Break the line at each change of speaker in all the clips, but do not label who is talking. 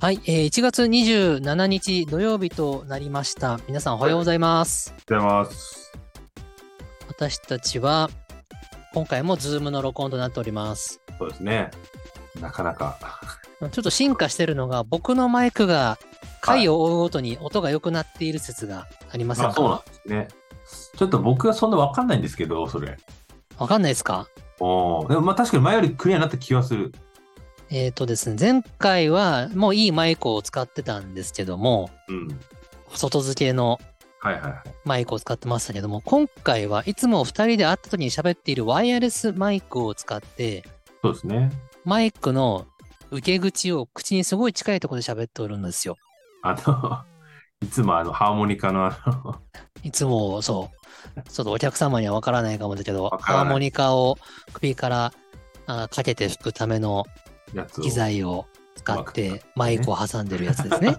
はい、えー、1月27日土曜日となりました。皆さんおはようございます。
ございます。
私たちは、今回も Zoom の録音となっております。
そうですね。なかなか。
ちょっと進化してるのが、僕のマイクが回を追うごとに音が良くなっている説がありません
あ、そうなん
か
ですね。ちょっと僕はそんなわかんないんですけど、それ。
わかんないですか
おお。でもまあ確かに前よりクリアになった気はする。
えっ、とですね、前回はもういいマイクを使ってたんですけども、
うん。
外付けの
はいはいはい。
マイクを使ってましたけども、今回はいつも2人で会った時に喋っているワイヤレスマイクを使って、
そうですね。
マイクの受け口を口にすごい近いところで喋っておるんですよ。
あの、い つもあの、ハーモニカのあの、
いつもそう、ちょっとお客様にはわからないかもだけど、
わからな
ハー
い
モニカを首からあかけて吹くための
やつを。
機材を使っ
うま
て
く
マイクを挟んでるやつ ですね。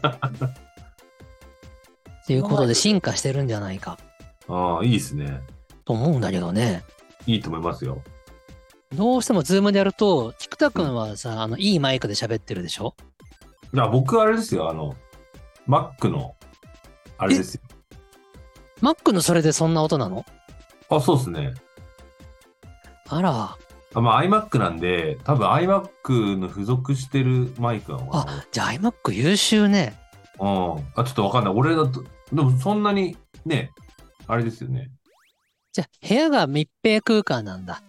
ということで進化してるんじゃないか
ああ、いいですね。
と思うんだけどね。
いいと思いますよ。
どうしてもズームでやると、菊田くんはさ、あの、いいマイクで喋ってるでしょ
いや、僕あれですよ、あの、Mac の、あれですよ。
?Mac のそれでそんな音なの
あ、そうですね。
あら、
あまあ iMac なんで、多分 iMac の付属してるマイクなのかな。
じゃあ iMac 優秀ね。
うん。あ、ちょっとわかんない。俺だと、でもそんなに、ね、あれですよね。
じゃあ、部屋が密閉空間なんだ。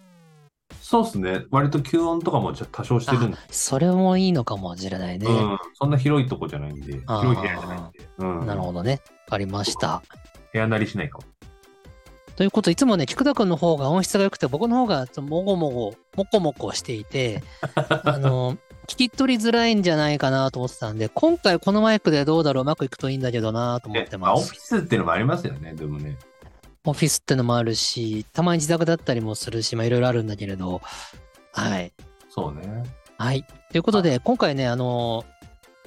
そうっすね。割と吸音とかもちょ多少してるんで、
それもいいのかもしれないね。
うん。そんな広いとこじゃないんで、広
あー
い部屋じゃないんで。うん。
なるほどね。わかりました。
部屋なりしないかも。
ということで、いつもね、菊田くんの方が音質が良くて、僕の方がちょっともごもご、もこもこしてい て、あの、聞き取りづらいんじゃないかなと思ってたんで、今回このマイクでどうだろう、うまくいくといいんだけどなと思っ
ね
て、
まあ
ま
オ
す
フィ。スっていうのもありますよね、でもね。
オフィスってのもあるし、たまに自宅だったりもするし、まあいろいろあるんだけれど、はい。
そうね。
はい。ということで、今回ね、あの、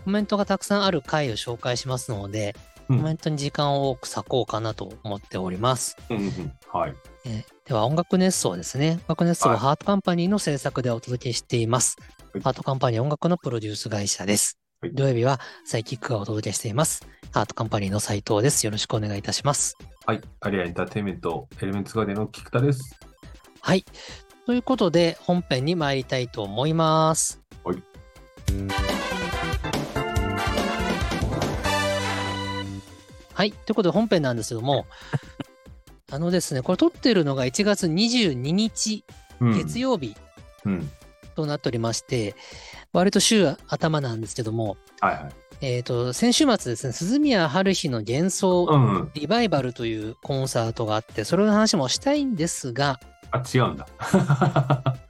コメントがたくさんある回を紹介しますので、コ
うん
メントに時間を多く割こうかなと思っております。
うんうん。はい。
えーでは、音楽熱奏ですね。音楽熱奏
は
はいハートカンパニーの制作でお届けしています。
はい
ハートカンパニーは音楽のプロデュース会社です。
はい
土曜日はサイキックがお届けしています。ハートカンパニーの斉藤です。よろしくお願いいたします。
はい。アリアエンターテインメント、エレメンツガーデンの菊田です。
はい。ということで、本編に参りたいと思います。
はい
はい。ということで、本編なんですけど も、あのですね、これ撮ってるのが1月22日、
うん。
月曜日
うん。
となっておりまして、割と週頭なんですけども、
はいはい。
えっ、と、先週末ですね、鈴宮春日の幻
う
想
んうん。
リバイバルというコンサートがあって、それの話もしたいんですが、
あ、違うんだ。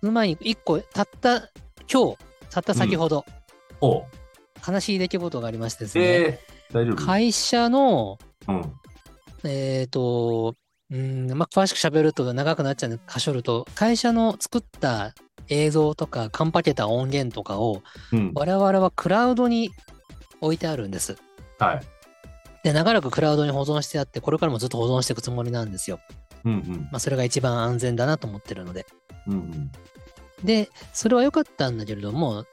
その前に一個、たった今日、たった先ほど、
おう
悲しい出来事がありましてですね、
えー、大丈夫
会社の、
うん。
えっ、と、うん、まあ、詳しく喋ると長くなっちゃうんで、かしょると、会社の作った映像とか、カンパケた音源とかを、
うん。
我々はクラウドに置いてあるんです。
はい。
で、長らくクラウドに保存してあって、これからもずっと保存していくつもりなんですよ。
うんうん
まあ、それが一番安全だなと思ってるので。。
うんうん。
で、それは良かったんだけれども、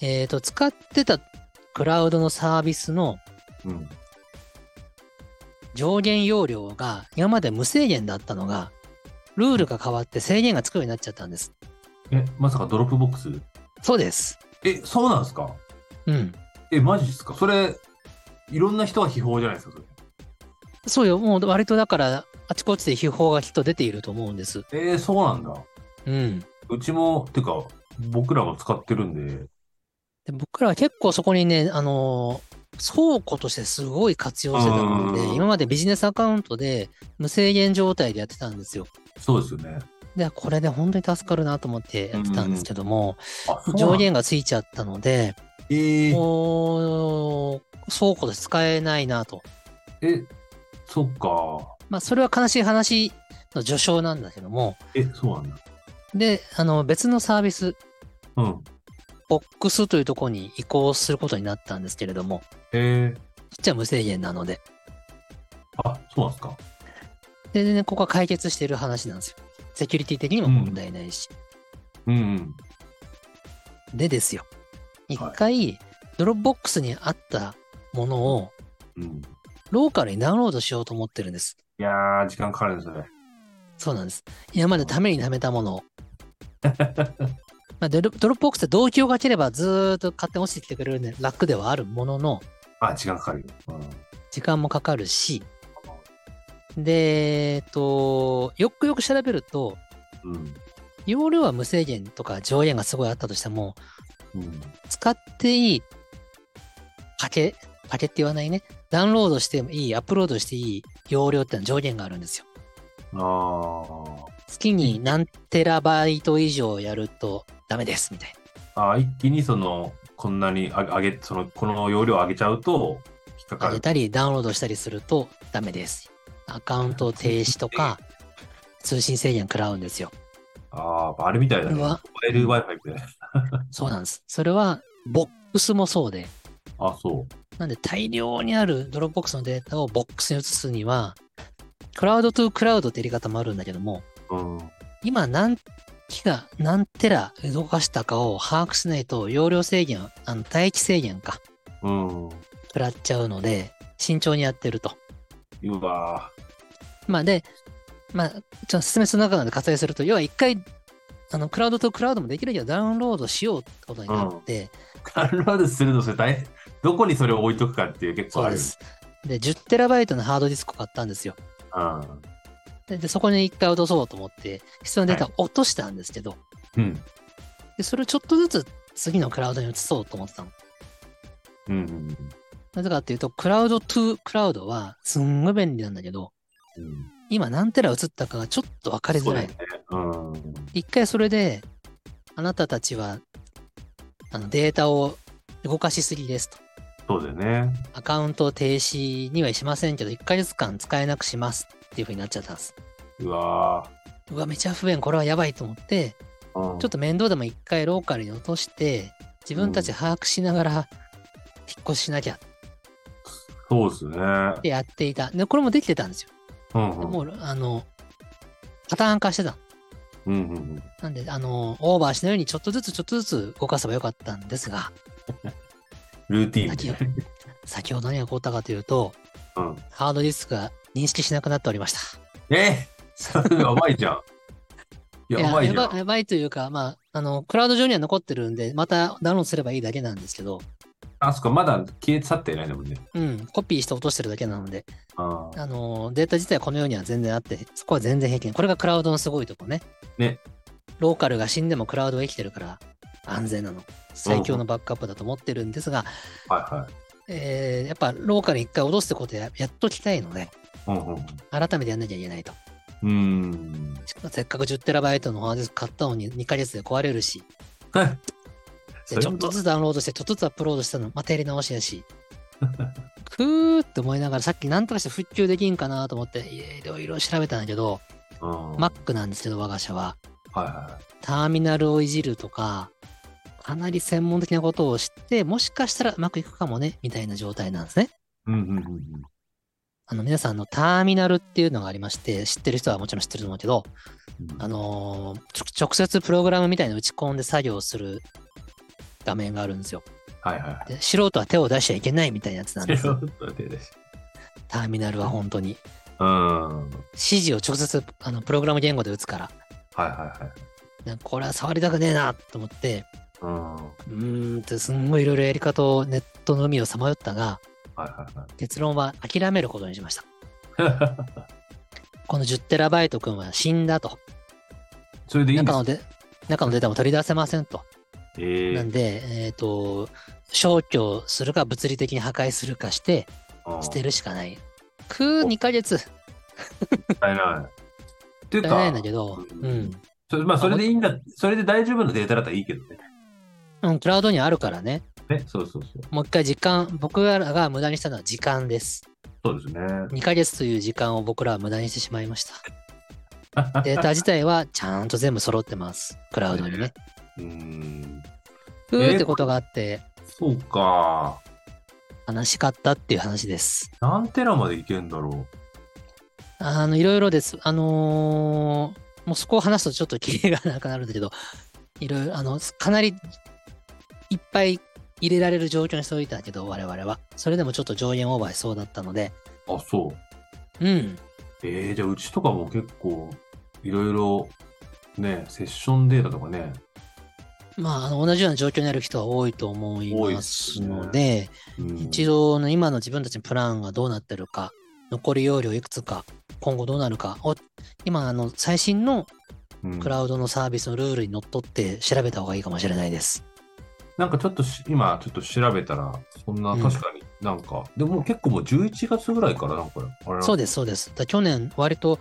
えっ、と、使ってたクラウドのサービスの
うん。
上限容量が今まで無制限だったのが、ルールが変わって制限がつくようになっちゃったんです。
え、まさかドロップボックス
そうです。
え、そうなんですか
うん。
え、マジですかそれ、いろんな人が秘宝じゃないですかそ
そうよ。もう割とだから、あちこちで秘宝がきっと出ていると思うんです。
れ。えー、そうなんだ。
うん。
うちも、てか、僕らも使ってるんで、
で僕らは結構そこにね、あのー倉庫としてすごい活用してたの
うん
で、今までビジネスアカウントで無制限状態でやってたんですよ。
そうですよね。
で、これで本当に助かるなと思ってやってたんですけども、
あ、そうなんだ
上。限がついちゃったので、
えー、
もう倉庫で使えないなと。
え、そっか。
まあ、それは悲しい話の序章なんだけども、
え、そうなんだ。
で、あの、別のサービス、
うん。
ボックスというところに移行することになったんですけれども、
えー、
そっちは無制限なので。
あ、そうなんですか。
で、ね、ここは解決してる話なんですよ。セキュリティ的にも問題ないし。
うんうん。
でですよ。一回、ドロップボックスにあったものを
うん。
ローカルにダウンロードしようと思ってるんです。
いやー、時間かかるんですね。
そうなんです。今までために貯めたものを。まあ、ドロドロップボックスって動機をかければずーっと買って落ちてきてくれるんで楽ではあるものの、
あ、時間かかるよ。うん。
時間もかかるし、で、えっと、よくよく調べると、
うん。
容量は無制限とか上限がすごいあったとしても、
うん。
使っていい、かけ、かけって言わないね。ダウンロードしてもいい、アップロードしていい容量ってのは上限があるんですよ。
あー
月に何テラバイト以上やるとダメです、みたいな。
あー。一気にその、こんなにあ上げ、その、この容量上げちゃうと、引っかか
上げ
る。
たり、ダウンロードしたりするとダメです。アカウント停止とか、通信制限食らうんですよ。
ああ、あれみたいだね。
う
モ
わ
バイル Wi-Fi みたいな。
そうなんです。それは、ボックスもそうで、
あ、そう。
なんで大量にあるドロップボックスのデータをボックスに移すには、クラウドトゥクラウドってやり方もあるんだけども、
うん。
今何機が何テラ動かしたかを把握しないと容量制限、あの、待機制限か、
うん。
食らっちゃうので、慎重にやってると。
うわ
まあで、まあ、ちょっと説明する中で割愛すると、要は一回、あの、クラウドとクラウドもできるけど、ダウンロードしようってことになって、
ー。ダウンロードするのそれ大変。どこにそれを置いとくかっていう結構
そ
あ
う
る。
です。で、10TB のハードディスクを買ったんですよ。
うん。
で、でそこに一回落とそうと思って、必要なデータを落としたんですけど、
うん。
でそれをちょっとずつ次のクラウドに移そうと思ってたの。
うんうん。
なぜかっていうと、クラウドトゥクラウドはすんごい便利なんだけど、
うん。
今何テラ移ったかがちょっと分かり
そ
づ
う
ら
だよ
い
ね。。うん。
一回それで、あなたたちはあのデータを動かしすぎですと。
そうだよね。
アカウントを停止にはしませんけど、1ヶ月間使えなくしますっていう風になっちゃったんです。
うわ
うわ、めちゃ不便、これはやばいと思って、
ー。うん
ちょっと面倒でも一回ローカルに落として、自分たち把握しながら引っ越ししなきゃっ
そうですね。
てやっていた。で、これもできてたんですよ。
うんう
で
ん。
もう、あの、パターン化してたの。
うんうんうん。
なんで、あの、オーバーしないようにちょっとずつちょっとずつ動かせばよかったんですが、
ルーティンみ
先ほ
たい
先ほど何が起こったかというと、
な。うん。
ハードディスクが認識しなくなっておりました。
えそれやばいじゃん。やばいじゃ
やば
ん。
やばいというか、まあ、あの、クラウド上には残ってるんで、またダウンロードすればいいだけなんですけど、
あそこまだ消え去ってないんだもんね。
うん、コピーして落としてるだけなので、
あー
あの、データ自体はこのようには全然あって、そこは全然平均。これがクラウドのすごいとこね。
ね。
ローカルが死んでもクラウドは生きてるから安全なの。最強のバックアップだと思ってるんですが、
はいはい。
えーやっぱローカル一回落とすってことややっときたいので、
うん
改めてやんなきゃいけないと。
うん。うーん。
せっかく 10TB のハードディスク買ったのに2ヶ月で壊れるし、で
そう
ち
い
ょっ
うこと
とずつダウンロードして、ちょっとずつアップロードしたの、またやり直しや し。くーって思いながら、さっきなんとかして復旧できんかなと思って、いろいろ調べたんだけど、
うん。はい
Mac なんですけど、我が社は。
は
ターミナルをいじるとか、かなり専門的なことを知って、もしかしたらうまくいくかもね、みたいな状態なんですね。
い。うんうんうんうん。
あの、皆さんあのターミナルっていうのがありまして、知ってる人はもちろん知ってると思うけど、あのーちょ直接プログラムみたいな打ち込んで作業する画面があるんですよ。
はいは
で素人は手を出しちゃいけないみたいなやつなん
い。
です。
う
ターミナルは本当に。
ん。はい
指示を直接あのプログラム言語で打つから、
はいはい。
なんかこれは触りたくねえなと思って、
うん。は
うーんってすんごいいろいろやり方をネットの海をさまよったが、
いはいはい。
結論は諦めることにしました。この 10TB 君は死んだと。
それでいいん
中
です
ので中のデータも取り出せませんと。
え
な
ー
んで、えっ、と、消去するか物理的に破壊するかして、
うん
捨てるしかない。くー2ヶ月。
使えない。っていう
使えない
か
んだ、けど、う
う
んん。
それまあそれでいいんだ、それで大丈夫なデータだったらいいけどね。
うん、クラウドにはあるからね。
ね、そうそうそう。
もう一回時間、僕らが無駄にしたのは時間です。
そうですね。
2ヶ月という時間を僕らは無駄にしてしまいました。 データ自体はちゃんと全部揃ってます。クラウドにね。
うーん。
ふーってことがあって、
そうか。
悲しかったっていう話です。
何テラまでいけんだろ
あの、いろいろです。あのーもうそこを話すとちょっとキリがなくなるんだけど、いろいろ、あの、かなりいっぱい入れられる状況にしておいたけど、我々は。それでもちょっと上限オーバーしそうだったので、
あ、そう。
うん。
えー、じゃあうちとかも結構、いろいろ、ね、セッションデータとかね、
まあ、あの同じような状況にある人は多いと思い
多い
ま
です
す
ね
ので、
うん、
一度の今の自分たちのプランがどうなってるか、残り容量いくつか、今後どうなるかを、今、あの、最新の
うん
クラウドのサービスのルールにのっとって調べた方がいいかもしれないです。
なんかちょっとし今ちょっと調べたら、そんな
うん
確かになんか、でも結構もう11月ぐらいからなんか、あれ
そう
で
です、そうです。だ去年、割と、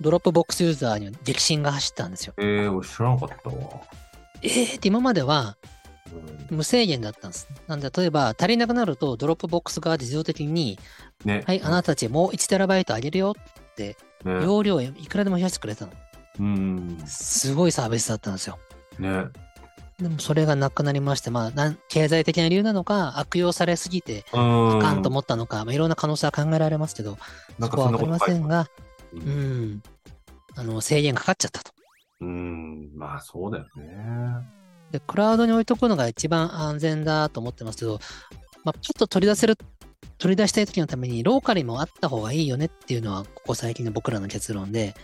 ドロップボックスユーザーには激震が走ったんですよ。
えー、俺知らなかったわ。
えーって今までは
うん
無制限だったんです。なんで、例えば足りなくなると、ドロップボックス側で自動的に、
ね。
はい、あなたたちもう 1TB あげるよ、
ね。
容量をいくらでも増やしてくれたの。
うん。ね。
すごいサービスだったんですよ。でもそれがなくなりまして、まあ、なん経済的な理由なのか、悪用されすぎて、あかんと思ったのか、まあ、いろんな可能性は考えられますけど、
なん
そこ
か
は
そん
分
な
か
こ
りませ
と
んが、
う。
うんん、あの制限かかっちゃったと。
うん。まあそうだよね。
で、クラウドに置いとくのが一番安全だと思ってますけど、まあ、ちょっと取り出せる、取り出したい時のために、ローカルにもあった方がいいよねっていうのは、ここ最近の僕らの結論で、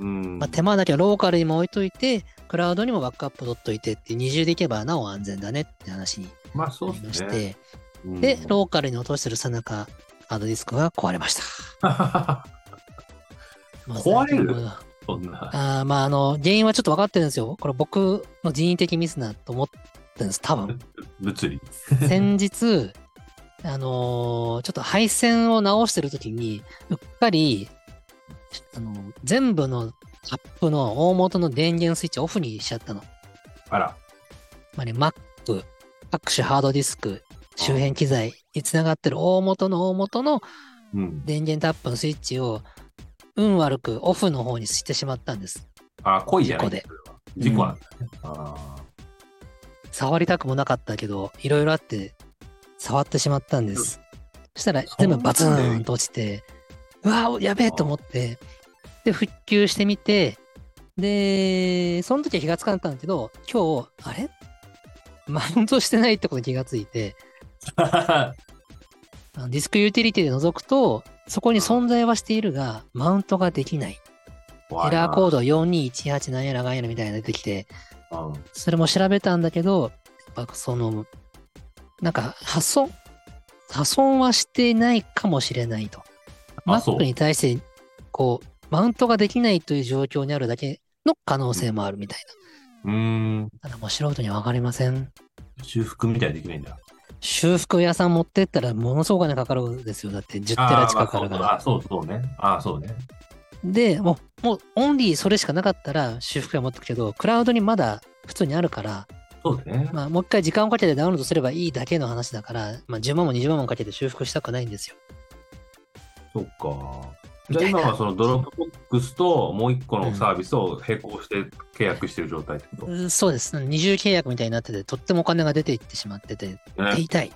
うん。
まあ、手間だけはローカルにも置いといて、クラウドにもバックアップ取っといてって、二重でいけばなお安全だねって話に
まあそ
な
う
りま
で
し
す
て、
ね。うん
で、ローカルに落としてるさなか、ハードディスクが壊れました。まあ
壊れる
最近は
そんな。
あーまあ、あの、原因はちょっと分かってるんですよ。これ僕の人為的ミスだと思ってるんです、多分。
物理。
先日、あのーちょっと配線を直してる時に、うっかり、あの全部のタップの大元の電源スイッチをオフにしちゃったの。
あら。
まあね、Mac、各種ハードディスク、周辺機材につながってる大元の大元の
うん。
電源タップのスイッチを運悪くオフの方にしてしまったんです。
あ、恋じゃない。
事
それは事故なんだね。あ
触りたくもなかったけど、いろいろあって触ってしまったんです。そしたら全部バツンと落ちて、うわーやべえと思って、で、復旧してみて、で、その時は気がつかなかったんだけど、今日、あれマウントしてないってことに気がついて、
あ。
あのディスクユーティリティで覗くと、そこに存在はしているが、マウントができない。エラーコード4218なんやらがんやらみたいなのが出てきて、
ド。
それも調べたんだけど、やっぱその、なんか破損、破損はしてないかもしれないと。
あそう
Mac に対して、こう、マウントができないという状況にあるだけの可能性もあるみたい
うん。うん。
な。ただもう素人にはわかりません。
修復みたいにできないんだ。
修復屋さん持ってったらものすごくお金かかるんですよ。だって10テラ近くあるから。
あーまあそうそうあそうそうね。あーそうね。
で、もう、もうオンリーそれしかなかったら修復屋持ってくけど、クラウドにまだ普通にあるから、
そうだね。
まあ、もう一回時間をかけてダウンロードすればいいだけの話だから、まあ、10万も20万もかけて修復したくないんですよ。
そっか。
み
じゃ
たい
あ今
な
はそのドロップボックスともう一個のサービスを並行して契約してる状態ってこと、
うんそうです。二重契約みたいになってて、とってもお金が出ていってしまってて、手
ね。
痛い、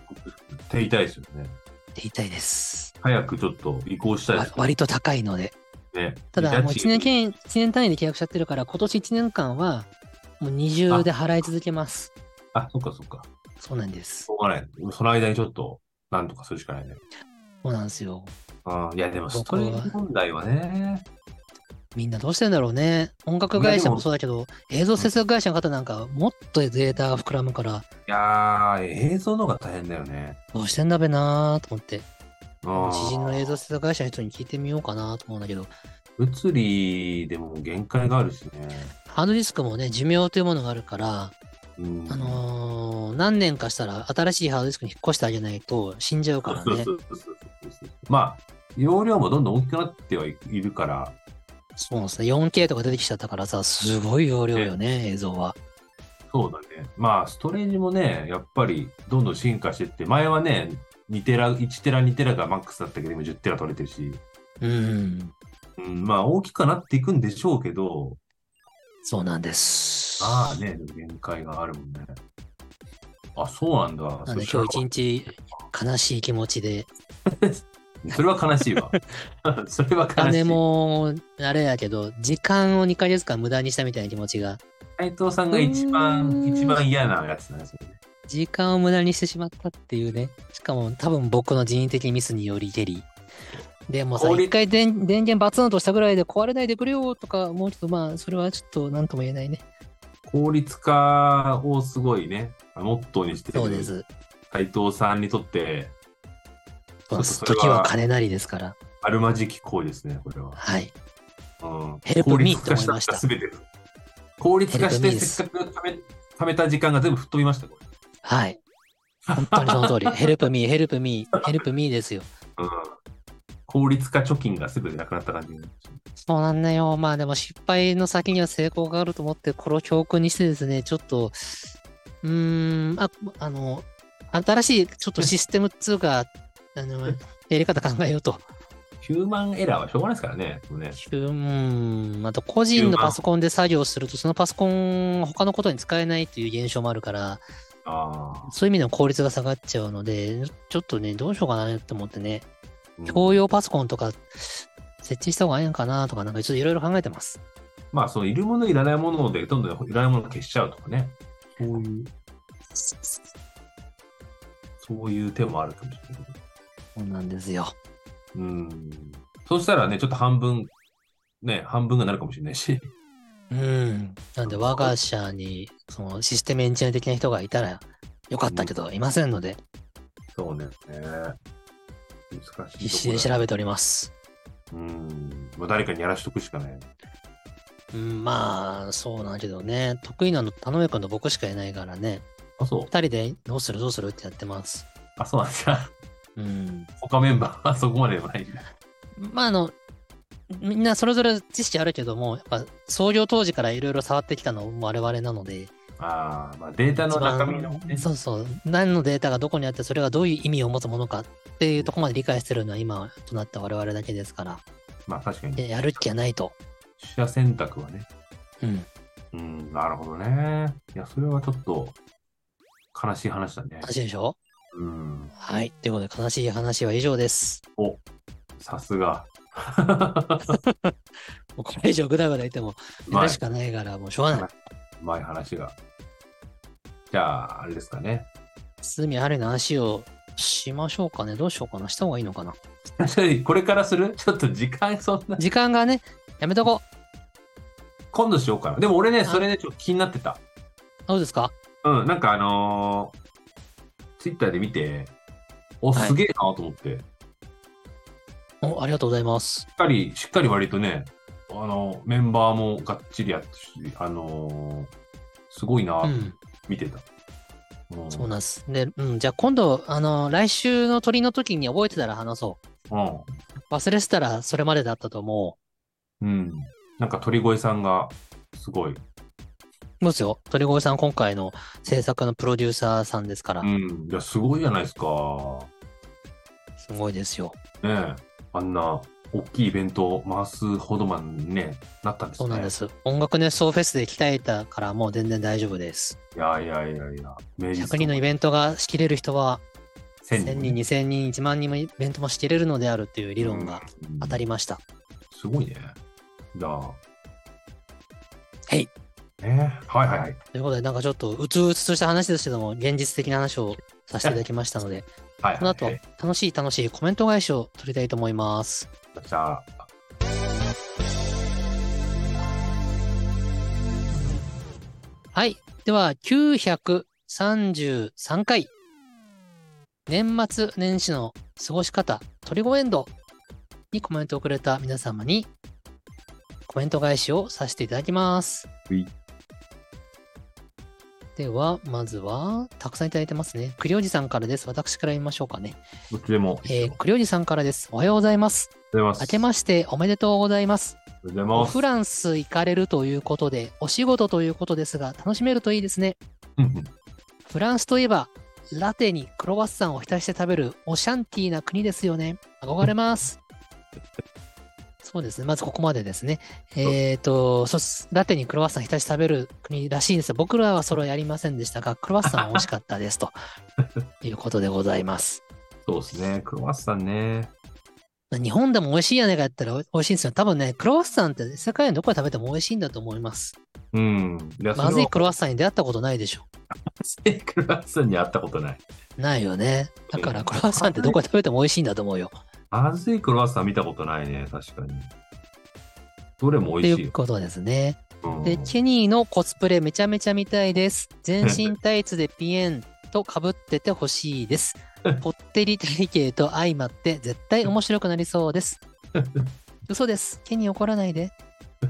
手痛いですよね。
手痛いです。
早くちょっと移行したいで
わ
す
割と高いので。
ね。
ただ、もう
家
1
賃
年契約一年単位で契約しちゃってるから、今年1年間は、もう二重で払い続けます。
あ、そっかそっか。
そうなんです
し。ょうがない。その間にちょっと、なんとかするしかないね。
そうなんですよ。
あーいや、でもス
僕
ト
は
レージ問題はね。
みんなどうしてんだろうね。音楽会社もそうだけど、映像制作会社の方なんか、もっとデータが膨らむから、
いやー、映像の方が大変だよね。
どうしてんだべなーと思って、
うん
知人の映像制作会社の人に聞いてみようかなと思うんだけど、
物理でも限界があるしね。
ハードディスクもね、寿命というものがあるから、
うん
あのー何年かしたら新しいハードディスクに引っ越してあげないと死んじゃうからね
そ。うそうそうそうそう まあ、容量もどんどん大きくなってはいいるから、
そうですね。4K とか出てきちゃったからさ、すごい容量よね、映像は。
そうだね。まあ、ストレージもね、やっぱりどんどん進化してって、前はね、2テラ、1テラ、2テラがマックスだったけど、今10テラ取れてるし、
うん、
うん、まあ、大きくはなっていくんでしょうけど、
そうなんです。
まあね、でも限界があるもんね。あ、そうなんだ。
なんで今
それ
日一日悲しい気持ちで、
それは悲しい わ。それは
お
悲し
金
い。
もあれやけど、時間を2ヶ月間無駄にしたみたいな気持ちが、
斉藤さんが一
う
番、
ーん
一番嫌なやつなんですよね。
時間を無駄にしてしまったっていうね。しかも多分僕の人為的ミスによりけり。でもさ、
効率
一回電電源バツンとしたぐらいで壊れないでくれよとか、もうちょっとまあ、それはちょっと何とも言えないね。
効率化をすごいね、モットーにして
そうで
る
す。
斎藤さんにとって、ちょっとそれは
時は金なりですから。
あるまじき行為ですね、これは。
はい。
うん、
Help
効
me
率
って
化
思いま
し
した
たすべてが。効率化し
Help
て、
me です
せっかくためためた時間が全部吹っ飛びました、これ。
はい。本当にその通り。ヘルプミー、ヘルプミー、ヘルプミーですよ。
うん、効率化貯金がすぐなくなった感じになっちゃう
そうなんだよ。まあでも失敗の先には成功があると思って、これを教訓にしてですね、ちょっと、うーん、あ、あの、新しいちょっとシステムっつうか、あの、やり方考えようと。
ヒューマンエラーはしょうがないですからね。これ
う
ね
ーん、あと個人のパソコンで作業すると、そのパソコン、他のことに使えないという現象もあるから、
あ
そういう意味でも効率が下がっちゃうので、ちょっとね、どうしようかなって思ってね、
ーうん
共用パソコンとか設置した方がいいのかなとか、なんかちょっといろいろ考えてます。
まあ、そのいるもの、いらないもので、どんどんいらないものを消しちゃうとかね。そういう、そういう手もあるかもしれないけど。
そうなんですよ。
うん。そうしたらね、ちょっと半分、ね、半分がなるかもしれないし。
うん。なんで、我が社に、そのシステムエンジニア的な人がいたらよかったけど、いませんので、
そうね。難しいとこだ。
必死で調べております。
うん。まあ、誰かにやらしとくしかない。
うん、まあ、そうなんだけどね、得意なの頼めくんと僕しかいないからね、
あ、そう
二。人でどうするどうするってやってます。
あ、そうなんですか。
うん。
他メンバーはそこまではないんだ。
まあ、あの、みんなそれぞれ知識あるけども、やっぱ創業当時からいろいろ触ってきたのも我々なので、
ああ、まあ、データの中身のね
一番。そうそう何のデータがどこにあってそれがどういう意味を持つものかっていうところまで理解してるのは今となった我々だけですから
まあ、確かに。
でやるっきゃないと、
取捨選択はね。
うん、
うん、なるほどね。いや、それはちょっと悲しい話だね
悲。しいでしょ
うん。
はいということで悲しい話は以上です
お、さすが。
もうこれ以上ぐだぐだ言っても
う
や
まい
るし、かないからもうしょうがない
うまい話が。じゃあ、あれですかね。
堤春の話をしましょうかねどうしようかなした方がいいのかな
これからする ちょっと時間そんな。
時間がねやめとこ
今度しようかな。でも俺ね、それね、ちょっと気になってた。
うどうですか
うん、なんかあのツイッターで見て、お、
はい
すげえなと思って、し
おありがとうございます
っかり、しっかり割とね、あの、メンバーもがっちりやってるし、あのすごいな
う
と
ん
見てた。うん
そうなんですで、うん、じゃあ今度あの来週の鳥の時に覚えてたら話そう
うん。
忘れてたらそれまでだったと思
うん。なんか鳥越さんが、すごい。
う。そうですよ。鳥越さん、今回の制作のプロデューサーさんですから
う、ん。いや、すごいじゃないですか。
すごいですよ。
ねえ。あんな、大きいイベントを回すほどまでね、なったんです
そ
ね。
うなんで。す。音楽熱奏フェスで鍛えたからもう全然大丈夫です。
いやいやいやいや。名
100人のイベントが仕切れる人は、1000
1000
人、2000人、1万人もイベントも仕切れるのであるという理論が当た
り。
りました。
すごいね。じゃあ。
はい。
ねえはいはいはい。
ということで、なんかちょっとうつうつとした話ですけども、現実的な話をさせていただきましたので、
はい、はい。
この後、楽しい楽しいコメント返しを取りたいと思います。
じゃあ。
はい。では、933回。年末年始の過ごし方、鳥越エンドにコメントをくれた皆様に、コメント返しをさせていただきます
うい。
では、まずは、たくさんいただいてますね。栗おじさんからです。私から言いましょうかね。
どっちでも。
え
あり
ー、栗おじさんからです。おはようございます。
がとうございます。
明けましておめでとうございます。
ありがとう
お
ござ
フ
いま
ランス行かれるということで、お仕事ということですが、楽しめるといいですね。
す。うん
フランスといえば、ラテにクロワッサンを浸して食べるオシャンティーな国ですよね。憧れます。そうですね。まずここまでですね。えっ、と、そうっすラテにクロワッサン浸して食べる国らしいんですが、僕らはそれはやりませんでしたが、クロワッサンは美味しかったです。 ということでございます。
そうですね。クロワッサンね。
日本でも美味しいやないかやったら美味しいんですよ。多分ね、クロワッサンって世界のどこで食べても美味しいんだと思います。
うん。いやそれ
ま
は
ずいクロワッサンに出会ったことないでしょ。
セイクロワッサンに会ったことない。
ないよね。だから、クロワッサンってどこで食べても美味しいんだと思うよ。
まずいクロワッサン見たことないね、確かに。どれも
と
美味しい
いう
よ。
ことですね。
うん
で、チェニーのコスプレめちゃめちゃ見たいです。全身タイツでピエンと被っててほしい です。ぽってり体型と相まって絶対面白くなりそう です。嘘です。チェニー怒らないで。あ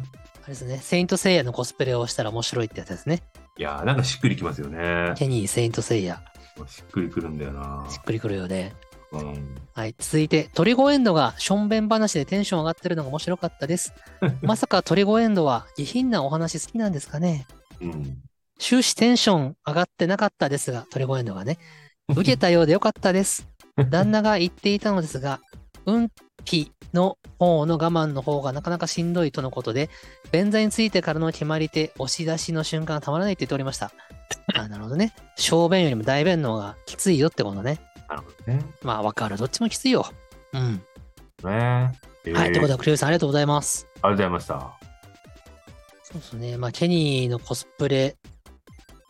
れですね。セイントセイヤのコスプレをしたら面白いってやつですね。
いやー、なんかしっくりきますよね。
チェニー、セイントセイヤ。
しっくりくるんだよな。
しっくりくるよね。
うん、
はい、続いて、トリゴエンドがしょんべん話でテンション上がってるのが面白かった です。まさかトリゴエンドは下品なお話好きなんですかね
うん。
終始テンション上がってなかったですが、トリゴエンドがね。受けたようでよかったです。旦那が言っていたのですが、運気の方の我慢の方がなかなかしんどいとのことで、便座についてからの決まり手、押し出しの瞬間がたまらないって言っておりました。あなるほどね。小便よりも大便の方がきついよってことね。
なるほどね。
まあわかる。どっちもきついよ。うん。
ねえー
はい、ということ
ありがとう
で、クリオさんありがとうございます。
ございました。
そうですね。まあ、ケニーのコスプレ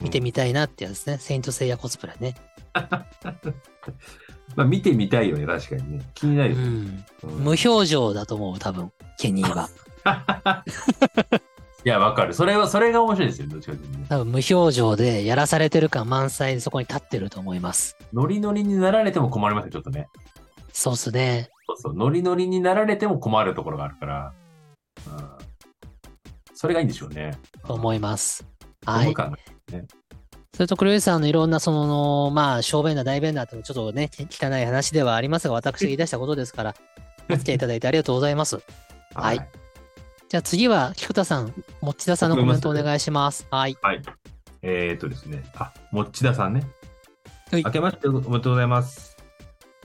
見てみたいなってやつですね。セイントセイヤコスプレね。
まあ、見てみたいよね、確かにね。気にな
う
るよね。
ん。
うん
無表情だと思う、多分、ケニーは。
いや、わかる。それは、それが面白いですよ、どっちかというとね。
多分、無表情でやらされてる感満載でそこに立ってると思います。
ノリノリになられても困りますよ、ちょっとね。
そうっすね。
そうそう、ノリノリになられても困るところがあるから。うん、それがいいんでしょうね。
と思います。は
はいい。。感が
それと、クリオさんのいろんな、その、まあ、小便だ、大便だって、ちょっとね、汚い話ではありますが、私が言い出したことです から、お付き合いいただいてありがとうございます。はい
はい。
じゃあ次は、菊田さん、持田さんのコメントお願いします。はい。
はいえっ、ー、とですね。あ、もっちださんね。
はい
明けましておめでとうございます。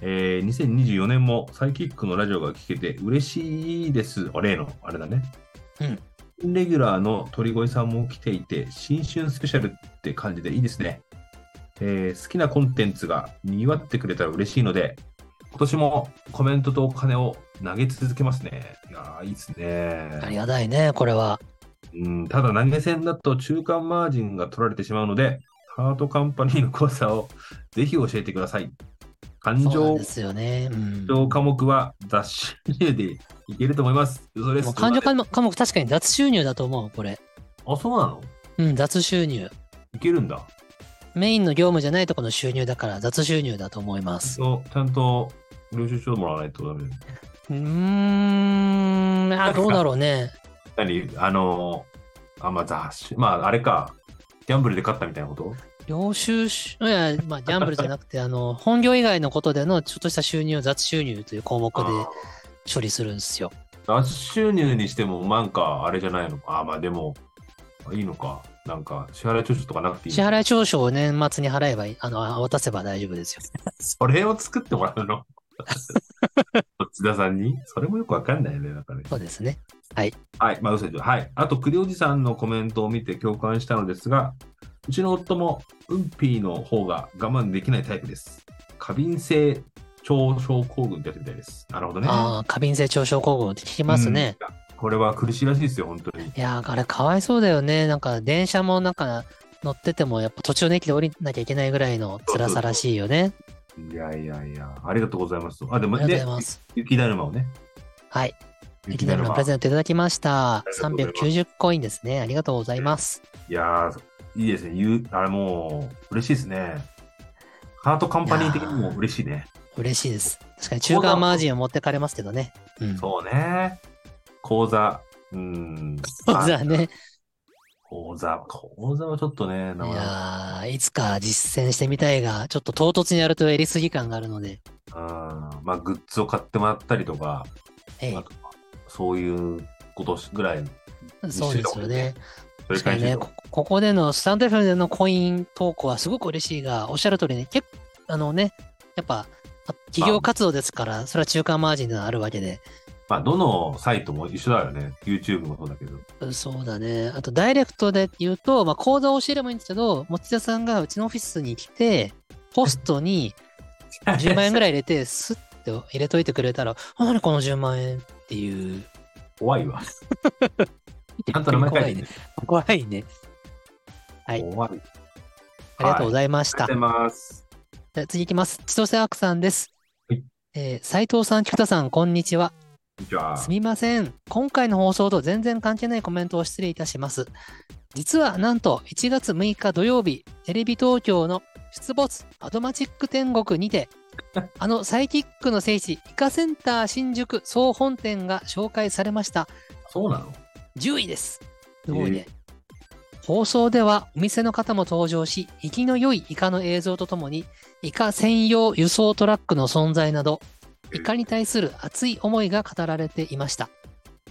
えー、2024年もサイキックのラジオが聞けて嬉しいです。あ例の、あれだね。
うん。
レギュラーの鳥越さんも来ていて、新春スペシャルって感じでいいですね。えー好きなコンテンツが賑わってくれたら嬉しいので、今年もコメントとお金を投げ続けますね。いやーいいですね。
ありがたいね、これは。
うん、ただ投げ銭だと中間マージンが取られてしまうので、ハートカンパニーの怖さをぜひ教えてください。感
そうなん
情
ですよね。うん。も
情科目は雑誌でいけると思います。嘘です。
う感情科目科目確かに雑収入だと思う、これ。
あ、そうなの
うん、雑収入。
いけるんだ。
メインの業務じゃないとこの収入だから雑収入だと思います。
そうちゃんと領収書もらわないとダメだよ
うーん、あ、どうだろうね。
何あのー、あ、まあ雑誌、まああれか、ギャンブルで勝ったみたいなこと
領収書、いや、まあ、ギャンブルじゃなくて、あの、本業以外のことでのちょっとした収入を雑収入という項目で
あ
処理するんですよ。
ー雑誌収入にしても、なんかあれじゃないのか。あ、まあでも、いいのか。なんか支払い調書とかなくていい
支
の
払い調書を年末に払えばいい、あの、渡せば大丈夫ですよ。
それを作ってもらう の津田さんにそれもよくわかんないね、なんかね。
そうですね。
はい、まあ、嘘でしょはい。あと、栗おじさんのコメントを見て共感したのですが、うちの夫も、うんぴーの方が我慢できないタイプです。過敏性腸症候群ってやつみたいです。なるほどね。
ああ、過敏性腸症候群って聞きますね。
うん。これは苦しいらしいですよ、本当に。
いやー、あれかわいそうだよね。なんか電車もなんか乗っててもやっぱ途中の駅で降りなきゃいけないぐらいの辛さらしいよね。
いやいやいや、ありがとうございます。あ、で
あ
も、
りがとうご
ね
ざい、ます。
雪だるまをね。
はい。いきなりのプレゼントいただきました。390コインですね。ありがとうございます。
いやー、いいですね。ゆあれもう、嬉しいですね。ハートカンパニー的にも嬉しいね。
嬉しいです。確かに中間マージンを持ってかれますけどね。うん。
そうね。講座、うーん。
そうだね。
講座、講座はちょっとね、
い
なかなか
やーいつか実践してみたいが、ちょっと唐突にやるとやりすぎ感があるので、
うん、まあ、グッズを買ってもらったりとか、
え
あとそういうことぐらい、
え、そうですよね。
それ
確か
感
に
じ
ね、こここでのスタンド FM でのコイン投稿はすごく嬉しいが、おっしゃる通りね、結構、あのね、やっぱ、企業活動ですから、それは中間マージンがあるわけで、
まあ、どのサイトも一緒だよね。YouTube もそうだけど。
そうだね。あと、ダイレクトで言うと、まあ、講座を教えればいいんですけど、持田さんがうちのオフィスに来て、ポストに10万円ぐらい入れて、スッと入れといてくれたら、 あ、何この10万円っていう。
怖いわ。ちゃんと名前書いて
怖いね。怖いね。はい
怖い。
ありがとうございまし
あり
た。
がとうございます。
じゃあ次いきます。千歳アクさんです。
はい
えー斉藤さん、菊田さん、こんにちは。
こんにちは。
すみません。今回の放送と全然関係ないコメントを失礼いたします。実はなんと1月6日土曜日、テレビ東京の出没アドマチック天国にて、あのサイキックの聖地、イカセンター新宿総本店が紹介されました。
そうなの
10位です。すごいね。放送ではお店の方も登場し、生きの良いイカの映像とともに、イカ専用輸送トラックの存在など、イカに対する熱い思いが語られていました。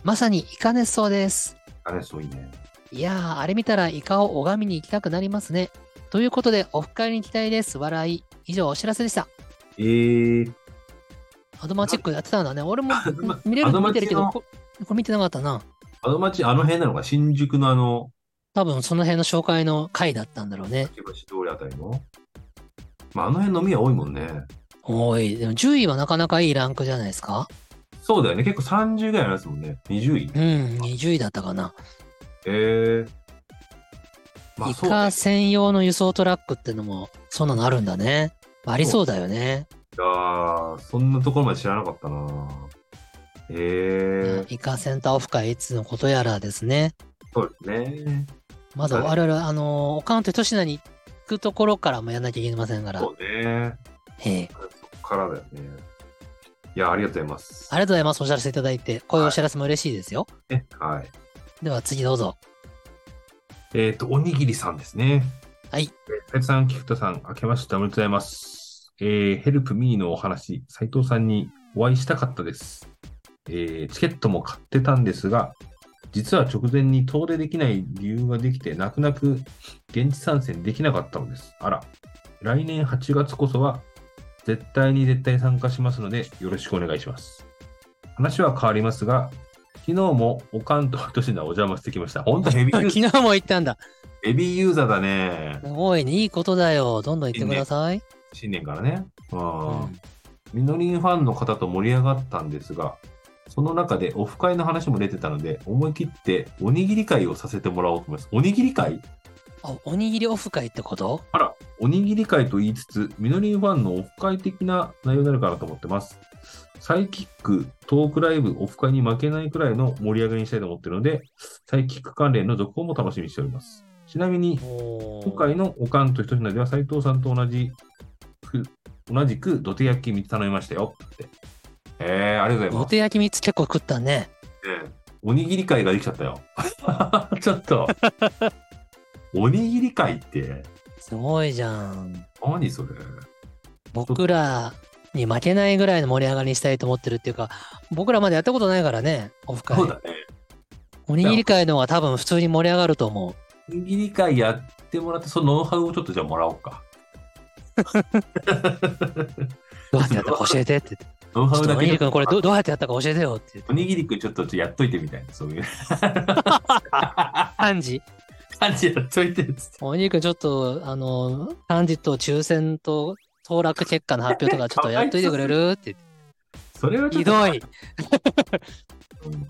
まさにイカ熱そうです。
あれ、そういいね。
いやー、あれ見たらイカを拝みに行きたくなりますね。ということで、オフ会に行きたいです。笑い。以上、お知らせでした。
えー、
アドマチックやってたんだね。俺も
ドマ
見れる
アド
の
マ
見てるけど、
チの
ここれ見てなかったな。
あの町、あの辺なのか、新宿のあの、
多分その辺の紹介の回だったんだろうね。
千葉市通りあたりの。まあ、あの辺飲み屋多いもんね。
おい、でも10位はなかなかいいランクじゃないですか
そうだよね。結構30ぐらいありますもんね。20位
う。ん、20位だったかな。
えー。まあ、
イ
そうだ
カ
ね
専用の輸送トラックってのも、そんなのあるんだね。ありそうだよね。
いやーそんなところまで知らなかったなえー、
イカセンターオフ会いつのことやらですね。
そうですね。
まだ
はい
我々、あのー、おかんと一品に行くところからもやんなきゃいけませんから。
そうね。
ええ
そこからだよね。いや、ありがとうございます。
ありがとうございます。お知らせいただいて。こういうお知らせも嬉しいですよ。
ねはい。
では次どうぞ。
えっ、と、おにぎりさんですね。
はい。
えー斉藤さん、菊田さん、明けましておめでとうございます。えー、ヘルプミーのお話、斉藤さんにお会いしたかったです。えー、チケットも買ってたんですが、実は直前に遠出できない理由ができて、泣く泣く現地参戦できなかったのです。あら、来年8月こそは、絶対に絶対参加しますので、よろしくお願いします。話は変わりますが、昨日もおかんととしなお邪魔してきました。本当ヘビーユ
昨
ーザー
日も行ったんだ。
ヘビーユーザーだね。
すごいね。いいことだよ。どんどん行ってください。
新年からね。
う
うん
ん。
みのりんファンの方と盛り上がったんですが、その中でオフ会の話も出てたので、思い切っておにぎり会をさせてもらおうと思います。おにぎり会
あ、おにぎりオフ会ってこと
あら、おにぎり会と言いつつ、みのりんファンのオフ会的な内容になるかなと思ってます。サイキック、トークライブ、オフ会に負けないくらいの盛り上がりにしたいと思ってるので、サイキック関連の続報も楽しみにしております。ちなみに、
おー
今回のおかんと一品では斉藤さんと同じく、同じく土手焼き3つ頼みましたよって。えー、ありがとう
お
ござい
手焼き3つ結構食ったね。
ます。おにぎり会ができちゃったよ。 ちょっと。おにぎり会って、
すごいじゃん。
何それ。
僕らに負けないぐらいの盛り上がりにしたいと思ってるっていうか、僕らまだやったことないからね、オフ会
そう。だね。
おにぎり会の方が多分普通に盛り上がると思う。
おにぎり会やってもらって、そのノウハウをちょっとじゃあもらおうか。
どうやってやったか教えてって言って。
ノウ
ち
ハ
ょっ
ウ
と
だ
お
け
にぎ
ちょ
り
っ
君
と
これどどうやってやったか教えてよって言って。
おにぎりくんちょっとやっといてみたいな、そういう
漢字。
感じやっといてっつって。
おにぎり君ちょっと、あの、漢字と抽選と当落結果の発表とかちょっとやっといてくれるって言 って。
それはちょっ
ひ
と
どい。
うん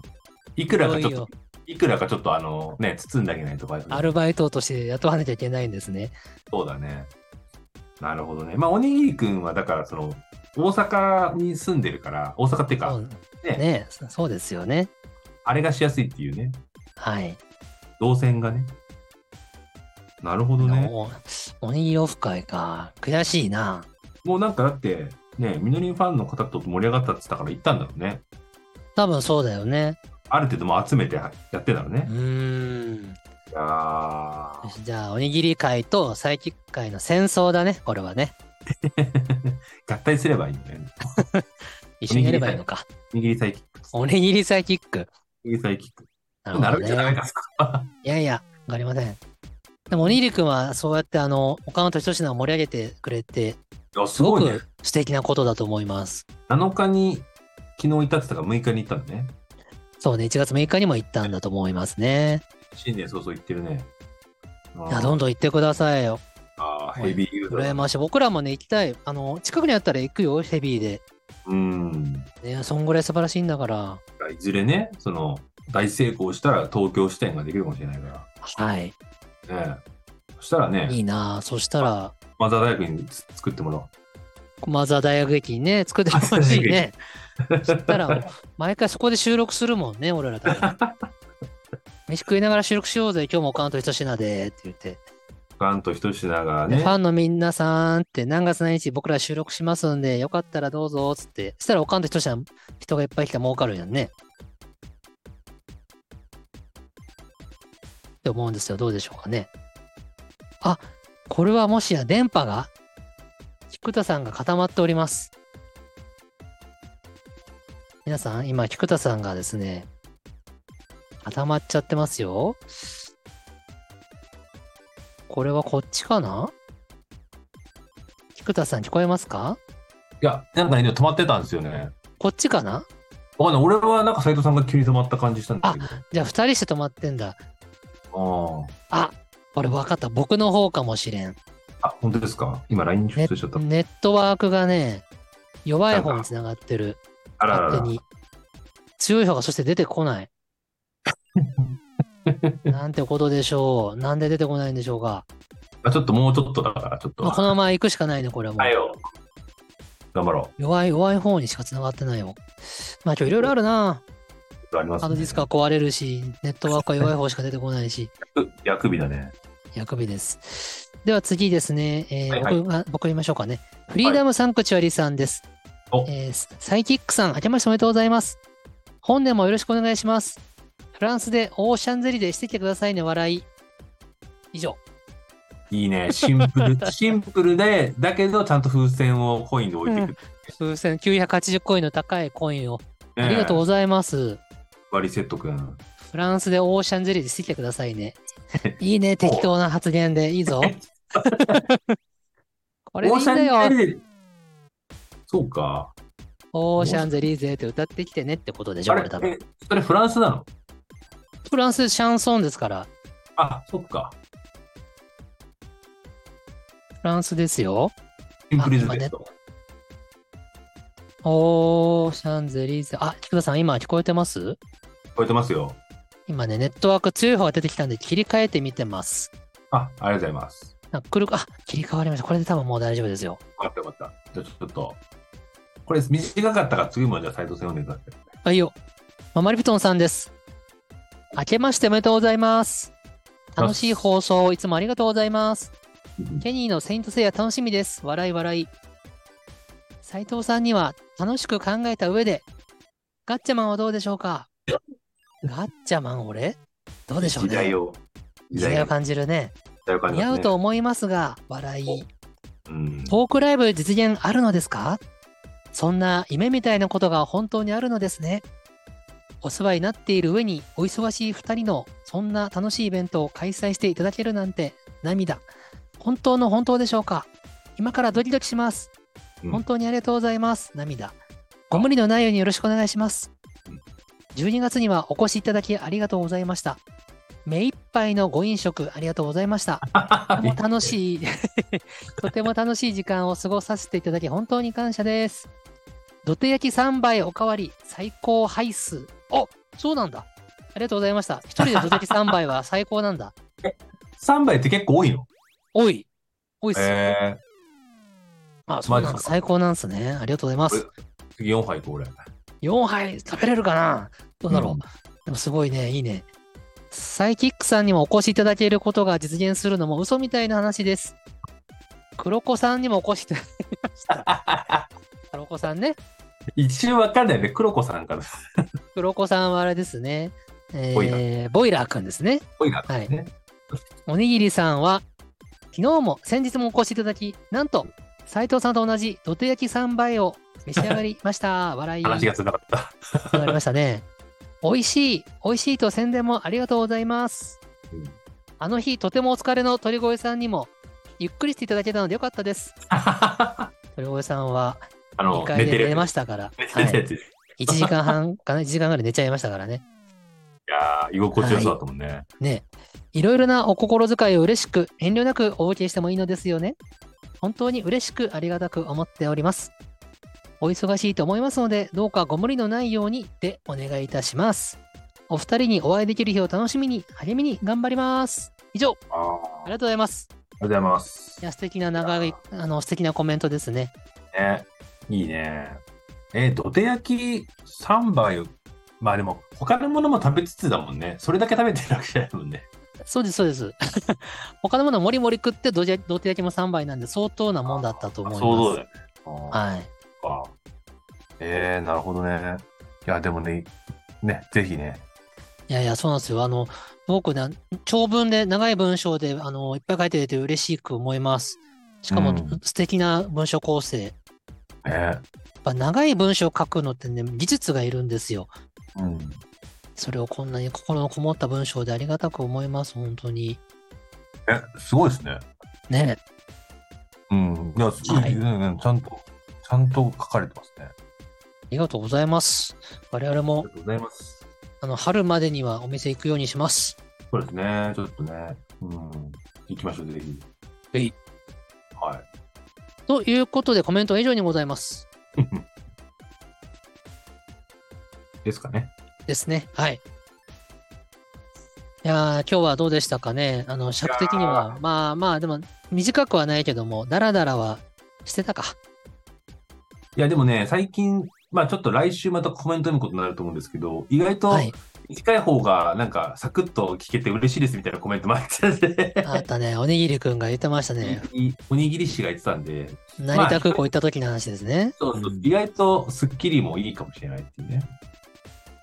いくらかちょっ
ひどい
と
よ、
いくらかちょっとあのね、包んであげないとか、
アルバイトとして雇わなきゃいけないんですね。
そうだね。なるほどね。まあ、おにぎりくんはだから、その、大阪に住んでるから、大阪っていうか、
そう
ね
ねそそうですよね。
あれがしやすいっていうね、
はい。
動線がね。なるほどね。
おおにぎりオフ会か。悔しいな。
もうなんかだって、ね、みのりんファンの方と盛り上がったって言ったから行ったんだろうね。
多分そうだよね。
ある程度もう集めてやってたの
う
ね。
ーん。
いやー
よしじゃあ、おにぎり会とサイキック会の戦争だね。これはね。
合体すればいいよね。
一緒にやればいいのか。
おにぎりサイキック。
おにぎりサイキック。
おにぎりサイキック。
なるほ
並
ど
べちゃダメ
ね
なん。ですか。
いやいや、わかりません。でも、おにぎりくんはそうやって、あの、おかんと一品を盛り上げてくれて、
いや、
す
す
ご
ごいね
く。素敵なことだと思います。
7日に昨日行ったって言ったから6日に行ったのね。
そうね、1月6日にも行ったんだと思いますね。
新年早々行ってるね。あ
いや、どんどん行ってくださいよ。
あーヘビーユーザ
羨
ー。
ましい。僕らもね、行きたい。あの、近くにあったら行くよ、ヘビーで。
うん。
ね、そんぐらい素晴らしいんだから。
いずれね、その、大成功したら東京支店ができるかもしれないか
はい。
ら。ねえ。したらね、
いいなあそしたら、
マザー大学につ作ってもらおう。
駒沢大学駅にね、作ってほしいね。そしたらもう、毎回そこで収録するもんね、俺ら多分。飯食いながら収録しようぜ、今日もおかんと一品で、って言って。
ガンと一品が
で
ね
フ、ァンの皆さんって何月何日僕ら収録しますんで、よかったらどうぞ、つって。そしたらおかんと一品、人がいっぱい来たら儲かるやんね。って思うんですよ。どうでしょうかね。あ、これはもしや電波が菊田さんが固まっております。皆さん、今、菊田さんがですね、固まっちゃってますよ。これはこっちかな菊田さん聞こえますか
いや、なんかね、止まってたんですよね。
こっちかな
わかんない。俺はなんか斉藤さんが急に止まった感じしたんだけど。
じゃあ二人して止まってんだ。
あ
あ、これ分かった。僕の方かもしれん。
あ。あ、本当ですか今 LINE
ネ
出しちゃった。
ネットワークがね、弱い方に繋がってる。
あらら
勝
ら
手。に。強い方がそして出てこ ない。なんてことでしょう。なんで出てこないんでしょうか。
あちょっともうちょっとだから、ちょっと。
まあこのまま行くしかないね、これはも
は
う。
よ。頑張ろ
弱い、弱い方にしか繋がってないよ。まあ今日いろいろあるな。
う。あります、
ハ
ね。
ードディスクは壊れるし、ネットワークは弱い方しか出てこないし、
う薬味だね。
薬味です。では次ですね、えー
はいはい
僕が僕言いましょうかね。フリーダムサンクチュアリさんです。
お
えーサイキックさん、明けましておめでとうございます。本年もよろしくお願いします。フランスでオーシャンゼリでしてきてくださいね、笑い。以上。
いいね。シンプ ル。シンプルで、だけどちゃんと風船をコインで置いていく。
風船980コインの高いコインを。
ね
ありがとうございます。
割りセットくん。
フランスでオーシャンゼリーでしてきてください ね。いいね、適当な発言で。いいぞ。これでいいんだよ。
オーシャンゼリーそうか。
オーシャンゼリーゼって歌ってきてねってことでしょ、
あ
こ
れ
れ多、分。
えそれフランスなの
フランスシャンソンですから、
あ、そっか。
フランスですよ。
シンプルズ
あ今
ベ
ね
スト。
オーシャンゼリーゼ。あ、菊田さん、今聞こえてます
超えてますよ。
今ね、ネットワーク強い方が出てきたんで切り替えてみてます。
あ、ありがとうございます。
なんか来るか、あ、切り替わりました。これで多分もう大丈夫ですよ。
よかったよかった。じゃあちょっと。これ短かったから次もじゃあ斉藤さん読んでください。
あ、いいよ。ママリプトンさんです。明けましておめでとうございます。楽しい放送、いつもありがとうございます。ケニーのセイントセイヤ楽しみです。笑い笑い。斉藤さんには楽しく考えた上で、ガッチャマンはどうでしょうかガッチャマン俺どうでしょう
時代
ね。
を。時
時代
代
を
を
感じるね。
時代を感じ
似
ます
合
ね
うと思いますが、笑い。
うん。
トークライブ実現あるのですかそんな夢みたいなことが本当にあるのですね。お世話になっている上にお忙しい2人のそんな楽しいイベントを開催していただけるなんて涙。本当の本当でしょうか今からドキドキします
う。ん
本当にありがとうございます。涙。ご無理のないようによろしくお願いします
うん。
12月にはお越しいただきありがとうございました。目いっぱいのご飲食ありがとうございま した。とても楽
い。
しい、とても楽しい時間を過ごさせていただき、本当に感謝です。土手焼き3杯おかわり、最高配数。おそうなんだ。ありがとうございました。一人で土手焼き3杯は最高 なんだ。
3杯って結構多いの
おい、おいっすよ。
え
あ、そうなん
マ
だ。
ジっすか
最高なんすね。ありがとうございます。
ー、次4杯行こう俺。
4杯食べれるかなどうだろう。
うん
でもすごいね、いいね。サイキックさんにもお越しいただけることが実現するのも嘘みたいな話です。黒子さんにもお越しいただきま した。黒子さんね。
一応わかんないね。黒子さんから。す
黒子さんはあれですね。えー
ボイラ
ボイラーくんですね。
ごいな。ね。
おにぎりさんは、昨日も先日もお越しいただき、なんと、斉藤さんと同じ土手焼き3倍を召し上がりま した。笑い。
話がつながった。
となりましたね。美味しい、美味しいと宣伝もありがとうございます。
うん
あの日、とてもお疲れの鳥越さんにも、ゆっくりしていただけたのでよかったです。
あ
鳥越さんは、2
の、
階
寝て
で寝
る。
ましたから、
寝てるやつ。い
1時間半かな、1時間ぐらい寝ちゃいましたからね。
やー、居心地よそうだったもんね。
ねえ、いろいろなお心遣いを嬉しく、遠慮なくお受けしてもいいのですよね。本当に嬉しくありがたく思っております。お忙しいと思いますので、どうかご無理のないようにでお願いいたします。お二人にお会いできる日を楽しみに、励みに頑張ります。以上、
あー
あり
あり
がとうございます。
がとうございます
い。や、素敵な長い、あの、素敵なコメントですね。
ね、いいね。えー、土手焼き3杯、まあでも、他のものも食べつつだもんね。それだけ食べてるわけじゃないもんね。
そうです、そうです。 他のものもりもり食って、どじゃどて焼きも3杯なんで、相当なもんだったと思います。
そうだよね。あー
はい。
そっかえー、なるほどね。いや、でもね、ね、ぜひね。
いやいや、そうなんですよ。あの、僕ね、長文で、長い文章で、あの、いっぱい書いてて嬉しく思います。しかも、
うん
素敵な文章構成。や
ね
っぱ長い文章を書くのってね、技術がいるんですよ。
うん、
それをこんなに心のこもった文章でありがたく思います、本当に。
え、すごいですね。
ね。
うん。いや、すごい、
はい
うんうんちゃんと、ちゃんと書かれてますね。
ありがとうございます。我々
あ
も
りが、とうございます。
あの、春までにはお店行くようにします。
そうですね。ちょっとね。うん。行きましょう、ぜひ。
えい。
はい。
ということで、コメントは以上にございます。
ですかね。
ですね。はい。いやー今日はどうでしたかね。あの、尺的には、まあまあ、でも、短くはないけども、ダラダラはしてたか。
いや、でもね、最近、まあちょっと来週またコメント読むことになると思うんですけど、意外と
はい。
近い方がなんかサクッと聞けて嬉しいですみたいなコメントもあったんで、
あったね、おにぎりくんが言ってました ね。
おにぎり師が言ってたんで、
成田空港行った時の話ですね。
そうそう
うん
意外とスッキリもいいかもしれないっていうね。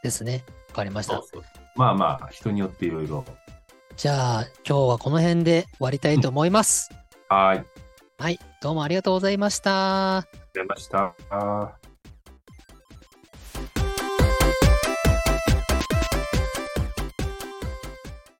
ですね。わかりまし
そ
た
う。そうまあまあ、人によっていろいろ。
じゃあ、今日はこの辺で終わりたいと思います。
はい。あり
はい。どうもありがとうございました。
がとうございました。